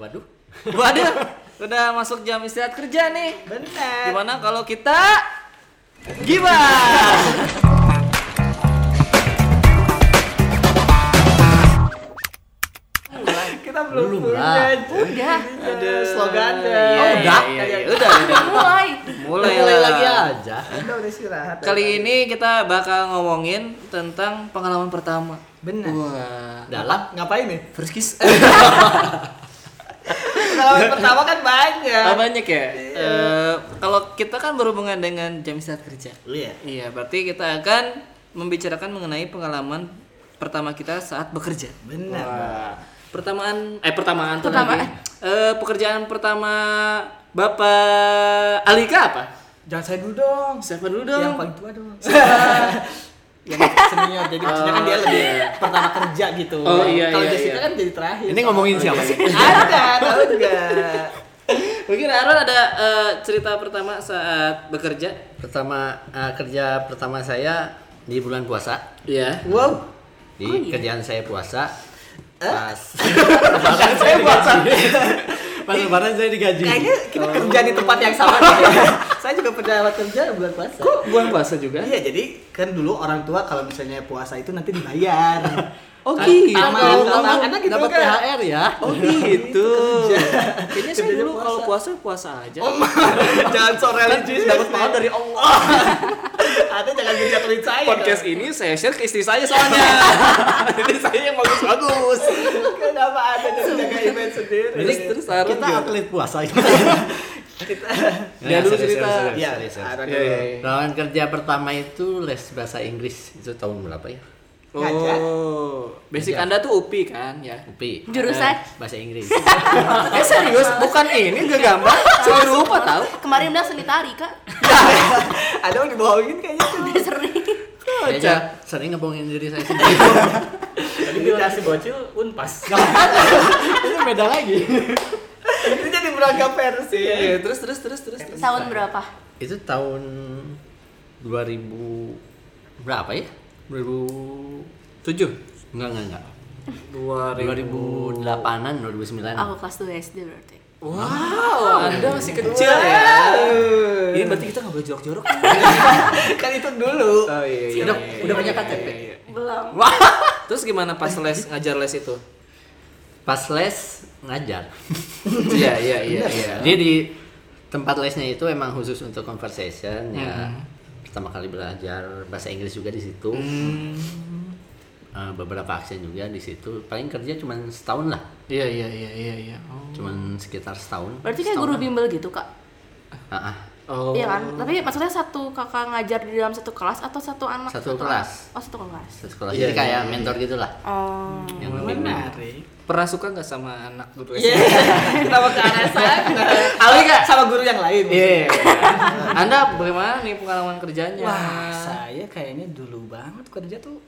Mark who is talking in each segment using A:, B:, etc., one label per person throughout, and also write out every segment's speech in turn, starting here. A: Waduh.
B: Waduh, udah masuk jam istirahat kerja nih.
A: Benar.
B: Gimana kalau kita gibah?
A: Kita belum
B: Belum lah.
A: punya.
C: Udah.
A: Ada
D: Eh,
A: slogannya. Oh,
B: Iya, iya,
A: udah.
B: iya, iya. udah, udah.
C: Mulai.
B: Mulai,
A: Mulai
B: lah.
A: lagi ya. aja.
D: Kita udah istirahat.
B: Kali ini kita bakal ngomongin tentang pengalaman pertama.
D: Benar.
B: Wah.
A: Dalam
D: Ngapain nih?
B: First kiss.
D: Pengalaman pertama kan banyak.
B: Ah, banyak ya. Eh, kalau kita kan berhubungan dengan jam istirahat kerja.
A: Iya.
B: Iya, berarti kita akan membicarakan mengenai pengalaman pertama kita saat bekerja.
D: Benar.
B: Wah. Pertamaan eh pertamaan tuh
C: Pertamaan.
B: lagi. Eh, pekerjaan pertama Bapak Alika apa?
D: Jangan saya dulu dong.
B: Siapa dulu
D: Yang
B: dong?
D: paling tua dong. yang senior jadi maksudnya kan dia lebih pertama kerja gitu.
B: Oh, iya,
D: Kalau
B: iya,
D: Jessica
B: iya.
D: kan jadi terakhir.
A: Ini ngomongin siapa sih?
D: ada, tahu enggak?
B: Mungkin Aaron ada eh, cerita pertama saat bekerja?
A: Pertama eh, kerja pertama saya di bulan puasa.
B: Iya.
D: Wow.
A: Di kerjaan saya puasa. Pas
D: Bahkan saya puasa.
A: pas lebaran saya digaji.
D: Kayaknya kita kerja di tempat yang sama deh. saya juga pernah kerja bulan puasa.
B: Kok bulan puasa juga?
D: Iya, jadi kan dulu orang tua kalau misalnya puasa itu nanti dibayar.
B: Oh
A: Kan-
B: gitu.
A: kan-
D: Amal,
A: kan-
D: amal.
A: kan
D: Anak Iya, gitu
A: dapat
D: kan?
A: THR ya.
B: Oh gitu. Kayaknya saya
D: Kerjanya
B: dulu
D: puasa.
B: kalau puasa puasa aja. Iya.
D: jangan so religius
B: Kan dapat pahala dari
D: Allah Iya, ada jangan dijatuhin saya
B: Podcast ini saya share ke istri saya soalnya. Jadi saya yang bagus-bagus.
D: dong. kenapa ada jadi jaga event sendiri
B: Terus terus Aaron
A: Kita
B: juga.
A: atlet puasa.
D: kita
B: Dia dulu cerita.
D: ya
A: Iya,
D: ada
B: Iya, iya, iya.
A: Lawan kerja pertama itu les bahasa Inggris itu tahun berapa ya?
D: Ngajar.
B: Oh, basic
A: Ngajar.
B: Anda tuh UPI kan ya?
A: UPI.
C: Jurusan?
A: Eh, bahasa Inggris.
B: Eh serius, bukan ini gak gambar. Saya lupa tahu.
C: Kemarin udah seni tari, Kak.
D: ada yang dibohongin kayaknya tuh
C: Udah sering.
A: Saya sering ngebohongin diri saya sendiri.
D: tadi bilang si bocil unpas
A: itu beda lagi.
D: ini jadi beragam versi
B: Iya, iya, terus terus terus terus. terus.
C: Tahun berapa?
A: Itu tahun 2000 berapa ya? 2007. Enggak, enggak, enggak. 2008-an, 2009.
B: Oh,
C: Aku kelas 2 SD berarti.
B: Wow, Anda masih kecil ya. Ini berarti kita nggak boleh jorok-jorok. ya.
D: kan itu dulu
B: Oh iya, iya.
A: Udah,
B: iya,
A: udah
B: iya,
A: punya
B: iya,
A: KTP.
B: iya, iya.
C: Belum.
B: Wah. Terus gimana pas les ngajar les itu?
A: Pas les ngajar.
B: Iya iya iya iya.
A: Jadi di tempat lesnya itu emang khusus untuk conversation ya. Pertama kali belajar bahasa Inggris juga di situ. Eh, beberapa aksen juga di situ. Paling kerja cuma setahun lah.
B: Iya iya iya iya iya.
A: Cuman sekitar setahun.
C: Berarti kayak guru bimbel gitu, Kak.
A: Ah, ah.
B: Oh.
C: Iya kan? Tapi maksudnya satu kakak ngajar di dalam satu kelas atau satu anak?
A: Satu kelas.
C: Oh, satu kelas.
A: Satu sekolah. Jadi
B: Iya, iya,
A: kayak
B: iya.
A: mentor gitulah.
C: Oh.
A: Yang membimbing.
D: menarik
B: Pernah suka nggak sama anak guru
D: Iya,
B: SD?
D: kenapa ke arah sana?
B: Alika.
D: sama guru yang lain.
B: Iya. Anda bagaimana nih pengalaman kerjanya?
D: Wah, saya kayaknya dulu banget kerja tuh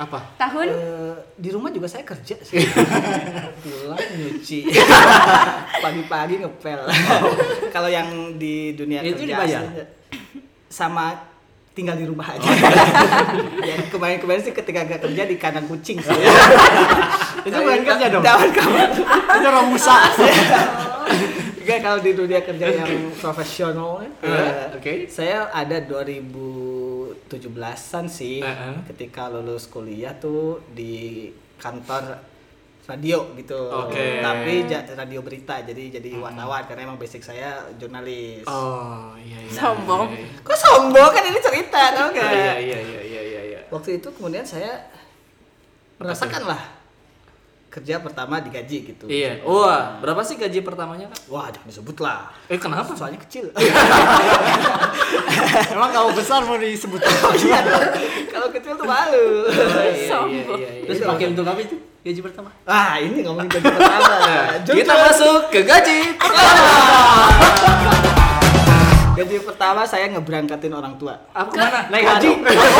B: Apa?
C: Tahun?
A: Iya.
D: Eh, di rumah juga saya kerja sih. Pulang nyuci. Pagi-pagi ngepel. Kalau yang di dunia
A: Oh. Itu
D: kerja
A: dibayar? Oh.
D: asli, sama tinggal di rumah aja. ya kemarin-kemarin sih ketika gak kerja di kandang kucing sih.
A: Iya. Itu bukan kerja dong.
D: Dapat kabar.
A: Itu romusa.
D: Iya. Enggak kalau di dunia kerja yang
A: Iya.
D: profesional eh,
B: Oke.
D: Saya ada 2017-an sih
B: Heeh.
D: ketika lulus kuliah tuh di kantor radio gitu.
B: Oke. Uh-huh.
D: Tapi ja- radio berita jadi jadi wartawan karena emang basic saya jurnalis.
B: Oh iya iya.
C: Sombong.
D: Kok sombong kan ini cerita tau
B: Iya
D: gak?
B: iya iya iya iya iya. iya.
D: Waktu itu kemudian saya merasakan lah kerja pertama digaji gitu.
B: Iya. Wah, berapa sih gaji pertamanya, Kak?
D: Wah, jangan disebut lah.
B: Eh, kenapa?
D: Soalnya kecil.
B: Iya.
A: Emang kamu besar mau disebut.
D: Iya dong. Kalau kecil tuh malu.
B: Oh, Iya,
C: Sombong.
A: Terus pakai untuk apa itu? Gaji pertama. Nah,
D: Ah, ini ngomongin gaji pertama. Jujur.
B: Kita masuk ke gaji.
D: Gaji pertama saya ngeberangkatin orang tua.
B: Aku mana?
A: Naik gaji.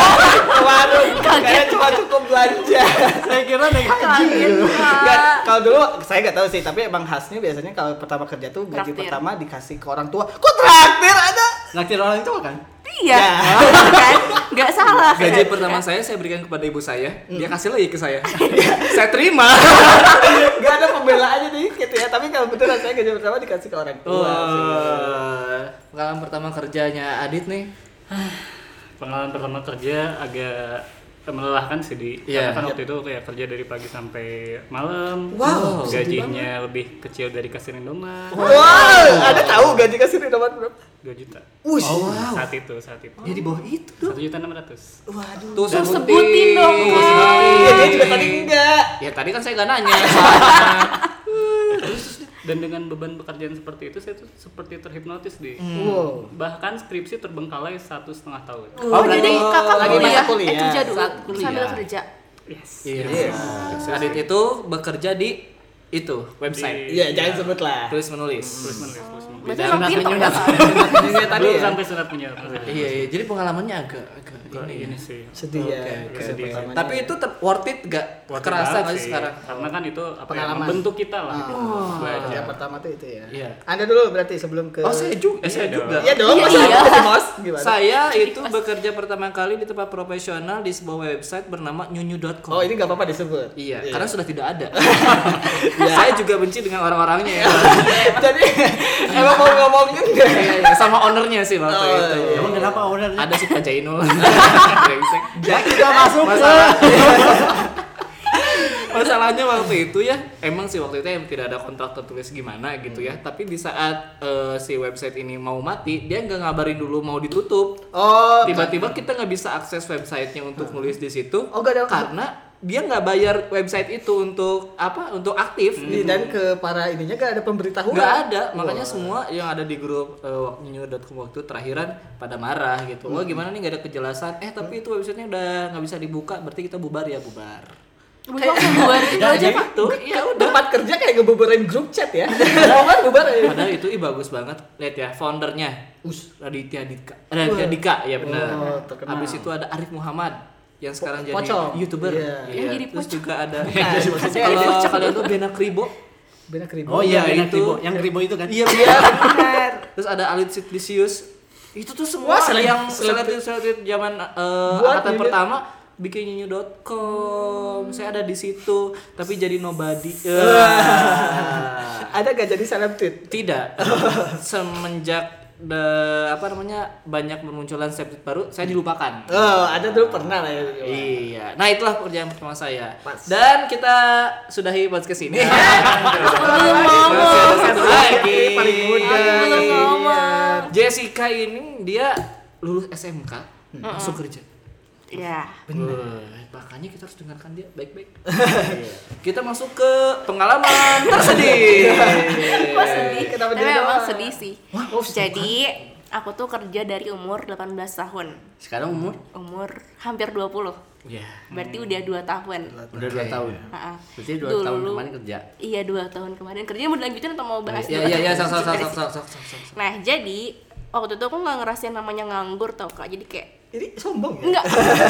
D: Waduh, kayaknya cuma cukup belanja.
A: Saya kira naik
C: Kaget,
D: Nggak,
C: Kak.
D: kalau dulu saya nggak tahu sih, tapi emang khasnya biasanya kalau pertama kerja tuh gaji
C: Traktir.
D: pertama dikasih ke orang tua. Kok traktir ada?
A: Naktir orang tua kan?
C: Iya.
D: Ya.
C: kan? Nggak salah. kan?
B: Gaji pertama saya saya berikan kepada ibu saya. Dia kasih lagi ke saya. saya terima.
D: Gak ada pembelaannya dikit ya. ya tapi kalau beneran saya kerja bersama dikasih ke orang
A: Oh.
D: tua
B: Wah, pengalaman pertama kerjanya Adit nih.
E: pengalaman pertama kerja agak melelahkan sih di
B: Iya.
E: karena kan waktu itu kayak kerja dari pagi sampai malam Oh,
D: Wow, Oh.
E: gajinya lebih kecil dari kasir Indomaret
D: wow ada tahu gaji kasir di nomor berapa
E: 2 juta Oh,
D: Wush,
E: saat itu saat itu
D: dia di bawah itu dong.
E: satu juta enam ratus
D: Waduh.
B: Tuh
C: Tuh, sebutin dong, Kak.
D: Iya, dia juga tadi enggak.
B: Ya tadi kan saya gak nanya. soalnya.
E: dan dengan beban pekerjaan seperti itu saya tuh seperti terhipnotis di
D: Wow.
E: bahkan skripsi terbengkalai satu setengah tahun
C: Oh, jadi kakak
D: lagi
C: kuliah,
D: masa kuliah.
C: eh kerja dulu
B: Saat kuliah.
C: sambil kerja.
E: yes
B: Iya. Adit itu bekerja di itu website.
D: Iya, jangan sebut lah.
B: Tulis menulis.
E: terus menulis terus menulis
C: Berarti emang
A: Sunat
C: pinter
A: menyunat.
C: kakak.
D: Iya tadi
E: Belum
D: ya.
E: sampai surat menyurat
B: Iya, iya. Jadi pengalamannya agak agak ini.
E: ini sih
D: Sedih ya. Sedih.
E: Sedih.
B: Tapi itu ter- worth it gak?
E: Worth it
B: Kerasa
E: banget
B: gak sih
E: sih,
B: sekarang?
E: karena kan itu apa ya,
D: Pengalaman. Oh.
E: membentuk kita lah Belajar.
D: yang pertama tuh itu ya.
B: Iya.
D: Anda dulu berarti sebelum ke
B: Oh saya juga, eh, saya
E: Iya
B: juga.
D: Iya dong,
C: Iya,
D: masa
C: iya.
D: aku sih, Bos? Gimana?
B: Saya itu bekerja pertama kali di tempat profesional di sebuah website bernama nyunyu.com.
D: Oh, ini enggak apa-apa disebut.
B: Iya, karena sudah tidak ada. Iya. Saya juga benci dengan orang-orangnya
D: Iya.
B: ya.
D: Jadi emang mau ngomongin deh.
B: Iya, iya, sama ownernya sih waktu
D: Oh,
B: itu.
D: iya.
A: Emang kenapa ownernya?
B: Ada si Pak Jainul. Brengsek.
D: Udah masuk ke
B: Masalah- Masalahnya waktu itu ya, emang sih waktu itu yang tidak ada kontrak tertulis gimana gitu
D: Hmm.
B: ya. Tapi di saat eh, si website ini mau mati, dia nggak ngabarin dulu mau ditutup.
D: Oh,
B: tiba-tiba kita nggak bisa akses websitenya untuk nulis di situ
D: Oh, nggak ada-
B: karena dia nggak bayar website itu untuk apa untuk aktif
D: di- dan ke para ininya gak ada pemberitahuan.
B: nggak ada makanya semua yang ada di grup uh, waktu itu terakhiran pada marah gitu wah gimana nih nggak ada kejelasan eh tapi itu websitenya udah nggak bisa dibuka berarti kita bubar ya bubar
C: Udah langsung buat itu aja
B: Jadi
C: pak.
B: itu ya udah
D: Iya, Tempat kerja kayak ngebubarin grup chat
B: Iya.
D: ya. Tahu kan bubar. ya.
B: padahal itu ih bagus banget lihat ya foundernya Raditya Dika Raditya Dika ya benar
D: Oh, terkenal.
B: habis itu ada Arif Muhammad yang sekarang jadi
D: Pocong.
B: youtuber
D: Iya.
B: Iya.
C: Yang jadi
B: terus juga ada
D: maksudnya
B: kalau kalian tuh Benar Kribo
D: Benar keribu.
A: Oh iya,
B: Iya,
A: yang
B: itu.
A: kribo, yang kribo itu kan.
B: iya benar terus ada Alit Sidlisius itu tuh semua
D: Wah, seleb-
B: yang
D: seleb-
B: selebrit selebrit zaman eh,
D: Buat
B: angkatan
D: ini.
B: pertama bikin nyinyu.com saya ada di situ tapi jadi nobody
D: Nah. Ada gak jadi seleb tweet?
B: Tidak. Semenjak the, apa namanya banyak bermunculan septic baru, saya dilupakan.
D: Oh, ada dulu pernah lah ya.
B: Iya. Nah itulah pekerjaan pertama saya.
D: Pas. Ya,
B: Dan kita sudahi podcast ini.
C: Belum ngomong.
B: Masih ada satu lagi.
D: Paling muda.
C: Belum ngomong.
B: Jessica ini dia lulus SMK
D: Hmm.
B: langsung kerja.
C: Ya.
B: Wah, makanya kita harus dengarkan dia baik-baik. Iya. kita masuk ke pengalaman
D: Iya,
B: tersedih.
D: Kok sedih? iya. Kenapa
C: Tapi
D: dia
C: emang
D: doang?
C: sedih sih. Jadi aku tuh kerja dari umur 18 tahun.
A: Sekarang umur
C: Umur hampir 20.
B: Ya.
C: Berarti
D: Hmm.
C: udah 2 tahun.
A: udah 2 tahun.
C: Ha-ha.
A: Berarti 2 tahun
C: Dulu-
A: kemarin kerja. Iya,
C: Iya, 2 tahun kemarin. Kerjanya mau dilanjutin atau mau bahas?
B: Ya ya
C: dulu?
B: ya, sok sok sok sok sok sok sok, sok.
C: Nah, jadi waktu itu aku nggak ngerasain namanya nganggur tau kak. Jadi kayak
D: Ini sombong ya?
C: Enggak,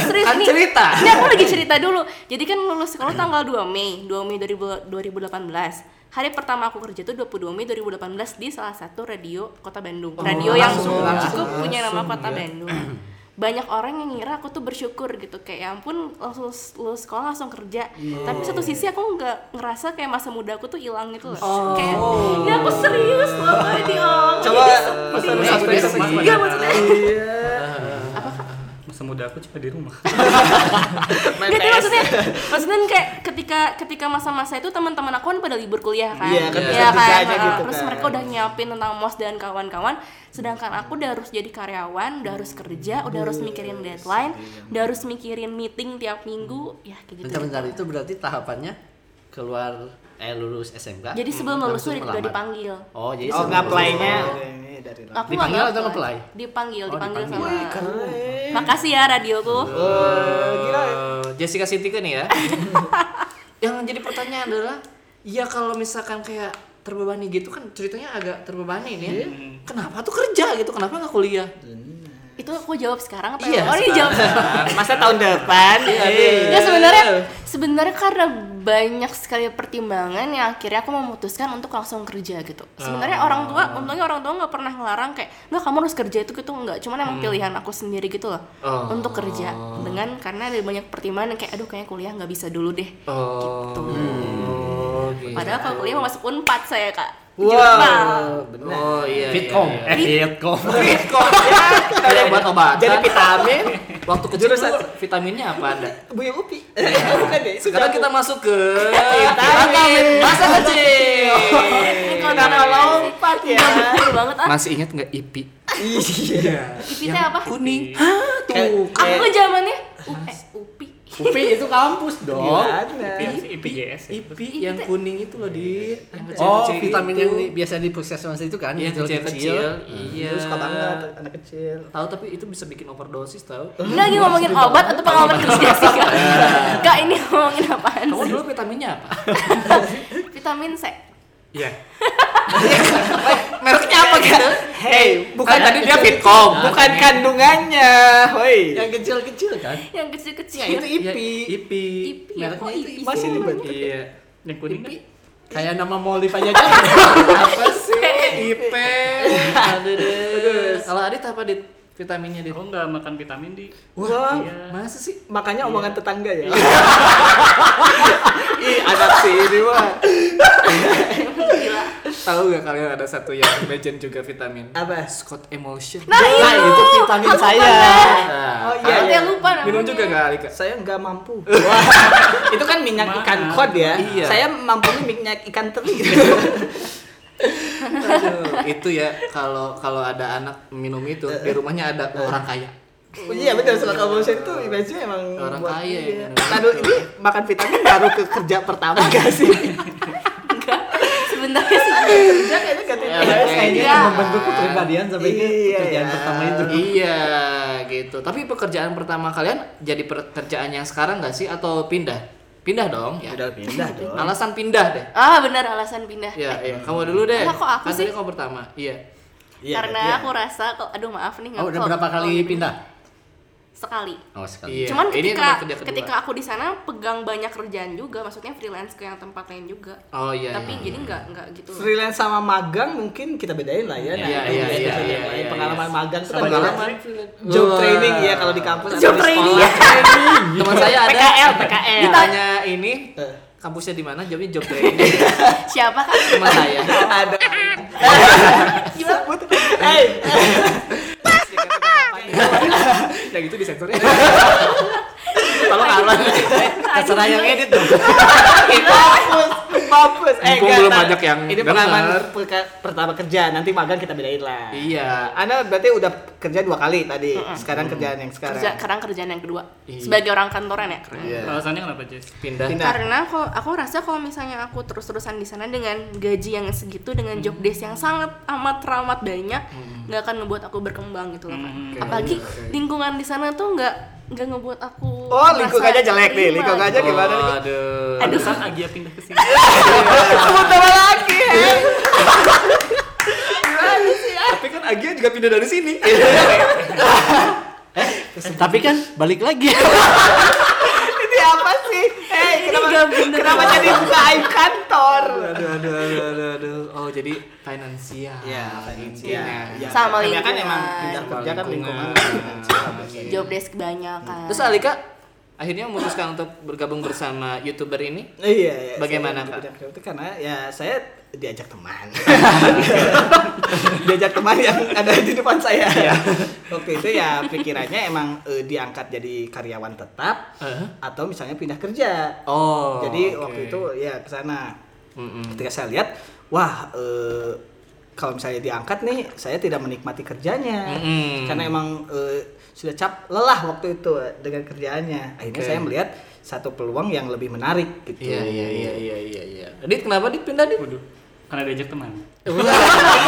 C: serius
B: Kan
C: nih.
B: cerita.
C: Ini aku lagi cerita dulu. Jadi kan lulus sekolah tanggal 2 Mei, 2 Mei 2000 2018. Hari pertama aku kerja tuh 22 Mei 2018 di salah satu radio Kota Bandung. radio yang
B: Oh, langsung, ya. langsung. ya.
C: cukup punya nama Kota Bandung. Banyak orang yang ngira aku tuh bersyukur gitu kayak ya ampun langsung s- lulus sekolah langsung kerja.
B: Iya.
C: Tapi satu sisi aku nggak ngerasa kayak masa muda aku tuh hilang gitu loh.
B: Oh.
C: Kayak ya aku serius loh oh, tadi om.
D: Coba pesan
B: Ini
D: satu
B: sudah
D: pesan.
B: sedih.
C: Enggak maksudnya.
D: Iya.
E: masa muda aku cuma di rumah
D: Main
C: Gak
D: PS.
C: maksudnya, maksudnya kayak ketika ketika masa-masa itu teman-teman aku kan pada libur kuliah kan,
D: Iya, kan
C: Iya
D: bisa aja
C: nah,
D: gitu
C: terus
D: kan.
C: mereka udah nyiapin tentang mos dan kawan-kawan, sedangkan aku udah harus jadi karyawan, udah harus kerja, udah harus mikirin deadline, udah harus mikirin meeting tiap minggu, ya kayak gitu.
A: Bentar-bentar itu berarti tahapannya keluar eh lulus SMK.
C: Jadi sebelum lulus
A: langsung
C: tuh udah
A: melamar.
C: dipanggil.
A: Oh, jadi
D: Oh,
A: sebelum
D: ngaplainya
A: lulus.
D: ini dari lama.
C: Aku
A: Dipanggil
C: nggak
A: atau
C: nge-apply?
A: nge-apply?
C: Dipanggil,
A: Oh,
C: dipanggil,
A: dipanggil.
C: sama. Makasih ya radioku.
D: Oh, gila.
B: Eh, Jessica Sintika nih ya. yang jadi pertanyaan adalah, ya kalau misalkan kayak terbebani gitu kan ceritanya agak terbebani nih.
D: Iya.
B: ya. Kenapa tuh kerja gitu? Kenapa nggak kuliah?
C: Itu aku jawab sekarang apa?
B: Iya,
C: emang? Oh, ini jawab sekarang.
D: Masa tahun depan?
B: Eh.
C: Ya sebenarnya sebenarnya karena banyak sekali pertimbangan yang akhirnya aku memutuskan untuk langsung kerja gitu.
B: Ah.
C: Sebenarnya orang tua, untungnya orang tua nggak pernah ngelarang kayak, nggak kamu harus kerja itu gitu nggak. Cuman emang pilihan aku sendiri gitu loh
B: Hmm. Oh.
C: untuk kerja
D: Gitu.
C: dengan karena ada banyak pertimbangan yang kayak, aduh kayaknya kuliah nggak bisa dulu deh.
B: Oh, Iya.
C: Padahal kalau kuliah mau masuk unpad saya kak.
D: Wow, benar.
B: Oh iya.
A: Fitcom, eh
B: iya,
A: Fitcom.
B: Fitcom. Kita buat obat.
D: Jadi vitamin
B: waktu kecil
D: Jurusan-
B: dulu vitaminnya apa Anda?
D: Buya Upi. Bukan deh.
B: Sekarang kita masuk ke
D: Vitamin. Iya.
B: vitamin masa kecil.
D: Kenapa
B: Iya.
D: lompat ya?
C: Bener banget ah.
B: Masih ingat nggak IPI?
D: Iya.
C: IPI teh apa?
B: Kuning. Hah, tuh.
D: Kayak-
C: Apa zamannya? U- eh, UPI.
A: UPI itu kampus
B: iya.
A: dong.
D: Gimana?
E: Iya, IPJS ya.
B: IPI yang kuning itu loh, di Yang
A: Oh,
B: kecil-kecil gitu.
A: vitamin
B: itu.
A: yang di- biasa di puskesmas itu kan,
B: Iya,
A: yang
B: kecil-kecil.
A: kecil-kecil.
B: Iya.
D: Suka banget anak kecil.
B: Tahu tapi itu bisa bikin overdosis tahu.
C: Ini lagi ngomongin obat atau pengalaman kerja sih kak? Kak ini ngomongin apaan
B: Kamu
C: sih?
B: dulu vitaminnya apa?
C: Vitamin C.
E: Iya.
B: Mereknya apa gitu?
D: Hey, Eh, bukan
B: tadi dia Fitcom.
D: bukan kandungannya. Woi.
A: Yang kecil-kecil kan.
C: Yang
D: Ya,
C: kecil-kecil.
B: Iya,
D: IPI.
B: IPI.
C: IPI ya? Kok
A: Mereknya itu
C: IPI
D: Masih
C: sih?
D: dibantu.
E: Iya. Yang kuning kan?
A: Kayak nama mall di Pajajaran. Apa sih?
B: IP. Aduh, deh. Kalau Adit apa Adit? Vitaminnya Adit?
E: Kalau nggak makan vitamin D.
D: Wah,
E: Iya.
B: Masa sih?
D: makanya omongan tetangga ya. Ih, anak sih ini mah.
C: Gila.
B: Tahu gak kalian ada satu yang legend juga vitamin?
D: Apa?
B: Scott Emulsion.
C: Nah
D: Ya, iya.
C: itu,
A: itu vitamin
C: aku
A: saya.
D: Oh
C: pernah.
B: Nah,
D: iya.
C: Aku
D: iya.
C: yang lupa namanya.
B: minum juga gak Alika?
D: Saya nggak mampu. itu kan minyak
E: Maaf.
D: ikan kod ya.
B: Iya.
D: Saya mampunya minyak ikan teri.
B: Aduh, itu ya kalau kalau ada anak minum itu di rumahnya ada orang kaya.
D: Oh, iya betul soal emotion itu image emang
B: Orang
D: buat-
B: kaya yang
D: iya.
B: minum
D: Lalu
B: itu.
D: ini makan vitamin baru ke kerja pertama gak sih?
B: Iya,
C: Enggak. Sebentar ya, sih.
D: kerja kayaknya ganti
B: Ya, kayaknya
D: terus kayaknya.
A: Itu Iya. membentuk kepribadian sampai ke
D: Iya.
A: pekerjaan pertama itu.
B: Iya, gitu. Tapi pekerjaan pertama kalian jadi pekerjaan yang sekarang nggak sih atau pindah? Pindah dong ya.
D: Udah pindah dong.
B: Alasan pindah deh.
C: Ah benar alasan pindah.
B: Iya, iya. Kamu dulu deh.
C: Lah, kok aku
B: Kan tadi
C: sih?
B: kamu pertama. Iya.
D: Iya,
C: Karena
D: iya.
C: aku rasa kok aduh maaf nih
A: Oh, udah
C: ngekok.
A: berapa kali pindah?
C: Sekali.
A: Oh, sekali.
B: Iya.
C: Cuman
B: ini
C: ketika
B: tempat kerja kedua.
C: ketika aku di sana pegang banyak kerjaan juga, maksudnya freelance ke yang tempat lain juga.
B: Oh iya.
C: Tapi
B: iya.
C: jadi nggak nggak gitu.
D: freelance sama magang mungkin kita bedain lah ya.
B: Iya,
D: itu
B: iya,
D: beda
B: iya,
D: kerja
B: iya,
D: yang lain.
B: iya,
D: Pengalaman
B: iya.
D: magang itu kan
B: Pengalaman.
D: beda. job
B: Wah.
D: training ya kalau di kampus atau
C: Job
D: di
C: training
D: sekolah.
C: ya.
B: Teman saya ada
C: PKL, PKL.
B: Ditanya ini
D: Eh.
B: kampusnya di mana? Jawabnya job training.
C: Siapa kan?
B: Teman saya.
D: Ada. Sebut. Eh,
B: Yang itu di sektornya. Tolong Alan.
A: Iya. Terserah yang edit dong.
D: mampus, mampus. Eh,
B: Mumpung
D: enggak,
B: belum
D: tar.
B: banyak yang
D: Ini pengalaman
B: dengar.
D: perka- pertama kerja, nanti magang kita bedain lah.
B: Iya.
D: Anda berarti udah kerja dua kali tadi. Sekarang kerjaan yang sekarang.
C: Kerja, sekarang kerjaan yang kedua.
B: Iya.
C: Sebagai orang kantoran ya.
E: Alasannya kenapa, Jess?
B: Pindah.
D: Pindah.
C: Karena aku, aku rasa kalau misalnya aku terus-terusan di sana dengan gaji yang segitu dengan job desk yang sangat amat teramat banyak, nggak akan ngebuat aku berkembang gitu loh kan. Apalagi lingkungan di sana tuh nggak nggak ngebuat aku.
D: Oh,
C: merasa
D: lingkungannya jelek nih,
C: terima.
B: Ya,
D: lingkungannya gimana nih?
B: Aduh.
E: Alasan Agia pindah ke sini.
D: Sebut nama lagi. eh.
B: Tapi kan Agia juga pindah dari sini.
A: Tapi kan balik lagi.
D: Ini apa sih? Eh, kenapa, kenapa jadi buka aib kantor?
B: aduh, aduh, aduh, aduh, aduh. Oh, jadi finansial. gitu.
D: Iya.
C: Sama
D: Kami kan
C: lingkungan.
D: emang pindah kerja kan lingkungan.
C: Job desk kebanyakan.
B: Terus Alika akhirnya memutuskan untuk bergabung bersama YouTuber ini.
D: Iya, iya.
B: Bagaimana,
D: Saya
B: Kak?
D: tidak keberatan karena ya saya diajak teman. diajak teman yang ada di depan saya.
B: Iya.
D: Waktu itu ya pikirannya emang eh, diangkat jadi karyawan tetap
B: Eh?
D: atau misalnya pindah kerja.
B: Oh.
D: jadi
B: oke.
D: waktu itu ya ke sana.
B: Mm-mm.
D: ketika saya lihat wah eh, kalau misalnya diangkat nih saya tidak menikmati kerjanya
B: Mm-mm.
D: karena emang eh, sudah cap lelah waktu itu eh, dengan kerjaannya akhirnya
B: Oke.
D: saya melihat satu peluang yang lebih menarik gitu
B: Iya, iya, iya, iya, iya, iya. Dit, kenapa Dit pindah, Dit?
E: Waduh. Karena diajak teman.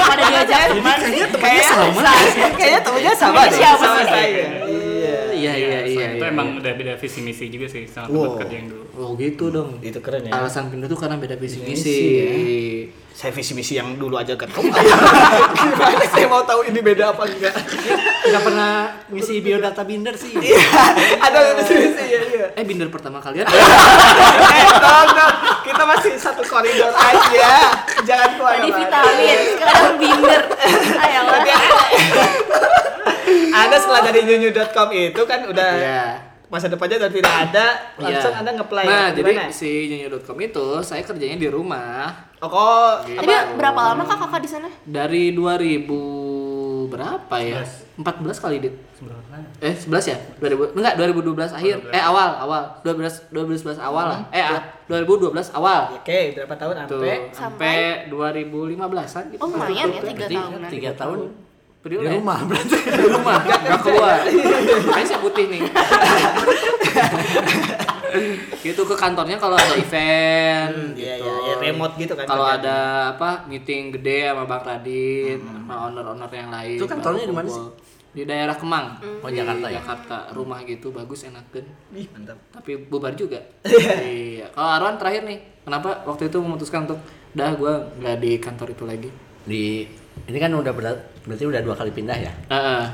C: pada diajak teman.
D: kayaknya sama kayaknya temennya sama
C: Kayaknya
D: deh
C: siapa
D: sama
C: sih?
D: saya iya
B: Iya, iya,
E: soalnya
B: iya.
E: Itu
B: iya.
E: emang udah beda visi misi juga sih sama
D: Wow.
E: tempat kerja yang dulu.
B: Oh, gitu dong.
D: itu keren ya
B: Alasan pindah tuh karena beda visi misi.
D: Visi, saya visi misi yang dulu aja gak tahu gimana saya mau tahu ini beda apa enggak
B: Iya.
A: Enggak pernah ngisi biodata binder sih.
D: ada visi misi ya iya
B: Eh, binder pertama kalian.
D: eh, tolong dong. Kita masih satu koridor aja. Jangan keluar.
C: Tadi vitamin, sekarang binder. Ayolah.
D: Anda setelah dari nyunyu.com itu kan udah
B: Iya.
D: masa depannya udah tidak ada langsung
B: Iya.
D: anda ngeplay ya?
B: Nah,
D: Gimana?
B: jadi si nyonya.com itu saya kerjanya di rumah
D: oh, kok
C: Tapi berapa lama kak kakak di sana?
B: dari 2000 berapa ya? 14 kali dit. Eh 11 ya? 2000 enggak 2012 akhir. Eh awal awal 12 12 awal lah. Eh ah, 2012 awal.
D: oke berapa tahun
B: Tuh,
D: Mm-hmm. sampai
B: sampai 2015-an gitu.
C: Oh lumayan ya tiga
A: Berarti
C: tahunan.
A: tiga tahun Iya. di
B: Periode ya.
A: rumah berarti.
B: di rumah nggak keluar makanya saya putih nih gitu ke kantornya kalau ada event
D: Iya,
B: gitu
D: iya, iya, remote gitu kan
B: kalau
D: kerjanya.
B: ada apa meeting gede sama bang Radit sama owner-owner yang lain
A: Itu kantornya di mana sih?
B: di daerah Kemang
A: Oh,
B: di
A: Jakarta ya?
B: Jakarta rumah gitu bagus enakan
D: ih mantap
B: tapi bubar juga iya kalau Arwan terakhir nih kenapa waktu itu memutuskan untuk dah gue nggak di kantor itu lagi
A: Di ini kan udah berda- berarti udah dua kali pindah ya.
B: Heeh.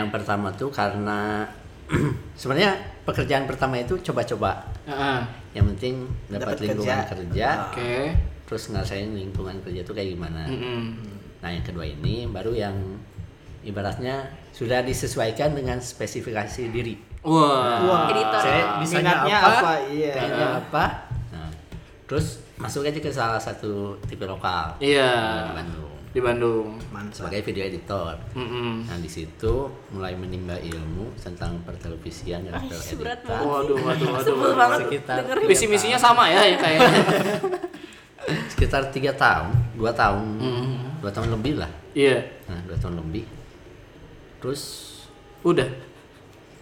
A: Yang pertama tuh karena sebenarnya pekerjaan pertama itu coba-coba.
B: Heeh.
A: Yang penting dapat,
D: Dapat
A: lingkungan kerja,
D: kerja. Ah.
B: oke
A: terus ngerasain lingkungan kerja tuh kayak gimana.
C: Hmm.
B: Mm-mm.
A: Nah yang kedua ini baru yang ibaratnya sudah disesuaikan dengan spesifikasi diri.
B: Wah.
C: Editor.
A: bisanya
D: minatnya apa? Iya.
A: pengennya
C: Ah.
A: apa. Nah, terus masuk aja ke salah satu TV lokal.
C: Eh.
B: Iya.
A: Di
C: Nah.
A: Bandung.
B: Di Bandung.
D: mantap
A: Sebagai video editor.
B: Mm-mm.
A: Nah di situ mulai menimba ilmu tentang pertelevisian dan
C: Ay, berat
A: pereditan.
C: banget.
B: Waduh, waduh, waduh.
C: Sebel banget
A: Sekitar
C: dengerin.
B: Visi misinya sama ya, ya kayaknya.
A: Sekitar tiga tahun, dua tahun,
C: Hmm.
A: dua tahun lebih lah.
B: Iya.
A: Nah dua tahun lebih. Terus
B: Udah.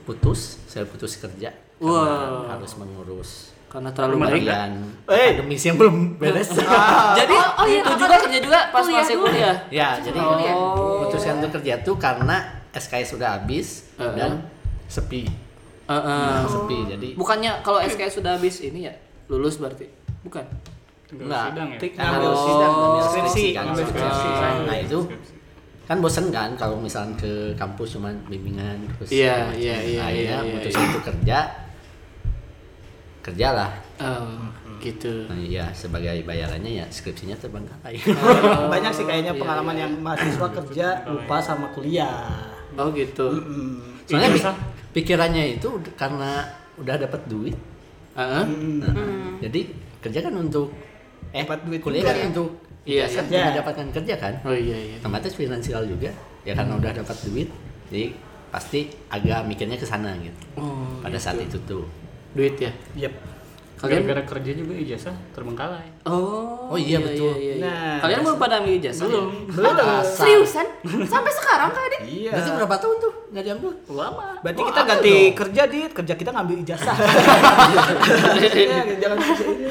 A: putus, saya putus kerja. karena
B: Wow.
A: Harus mengurus
B: Karena terlalu baik.
A: bagian
D: Eh.
A: akademis yang belum beres.
B: Jadi
C: Oh, oh iya,
B: itu
C: kakak
B: juga
C: tuh
B: kerja juga pas
C: kuliah
B: masih
C: dulu.
B: kuliah.
A: Ya, jadi
B: Oh.
A: memutuskan untuk kerja tuh karena SKS sudah habis
B: Heeh.
A: dan sepi,
B: Heeh.
A: sepi. Jadi
B: Bukannya kalau SKS sudah habis ini ya lulus berarti? Bukan.
A: Enggak.
E: sidang ya?
D: ngambil
B: Oh.
D: sidang ngambil skripsi
A: kan skripsi kan,
D: ngambil skripsi
A: Nah itu kan bosen kan kalau misalnya ke kampus cuman bimbingan terus.
B: Iya,
A: macam-macam.
B: iya, iya,
A: Akhirnya
B: iya, iya,
A: memutuskan untuk kerja, kerjalah.
B: Oh, gitu.
A: Nah, ya sebagai bayarannya ya skripsinya terbang kapai.
D: Iya. banyak sih kayaknya
B: Iya,
D: pengalaman yang mahasiswa kerja lupa sama kuliah
B: Oh, gitu.
D: Hmm.
A: Soalnya
E: Ijazah.
A: pi- pikirannya itu ud- karena udah dapat duit,
B: Heeh.
A: nah, jadi kerja kan untuk eh
D: Dapat duit
A: kuliah
D: juga
A: kan
D: ya.
A: untuk
B: Iya,
A: ijazah,
D: iya.
A: mendapatkan kerja kan.
B: Oh iya iya.
A: otomatis finansial juga ya karena
D: Hmm.
A: udah dapat duit jadi pasti agak mikirnya ke sana gitu
B: Oh,
A: pada
D: Iya,
A: saat itu tuh
B: duit ya.
D: Yep.
B: Kalian
E: gara-gara kerja juga ijazah terbengkalai
B: Oh,
A: Oh, iya, betul.
D: Nah,
B: Kalian belum pada ambil ijazah? Belum.
D: Belum.
C: Seriusan? Sampai sekarang kak Adit?
D: Iya.
A: berarti berapa tahun tuh nggak diambil
B: Lama.
D: Berarti kita ganti kerja di kerja kita ngambil ijazah. Iya, Jangan kerja ini.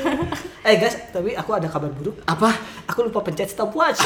D: Eh guys, tapi aku ada kabar buruk.
B: Apa?
D: Aku lupa pencet stopwatch.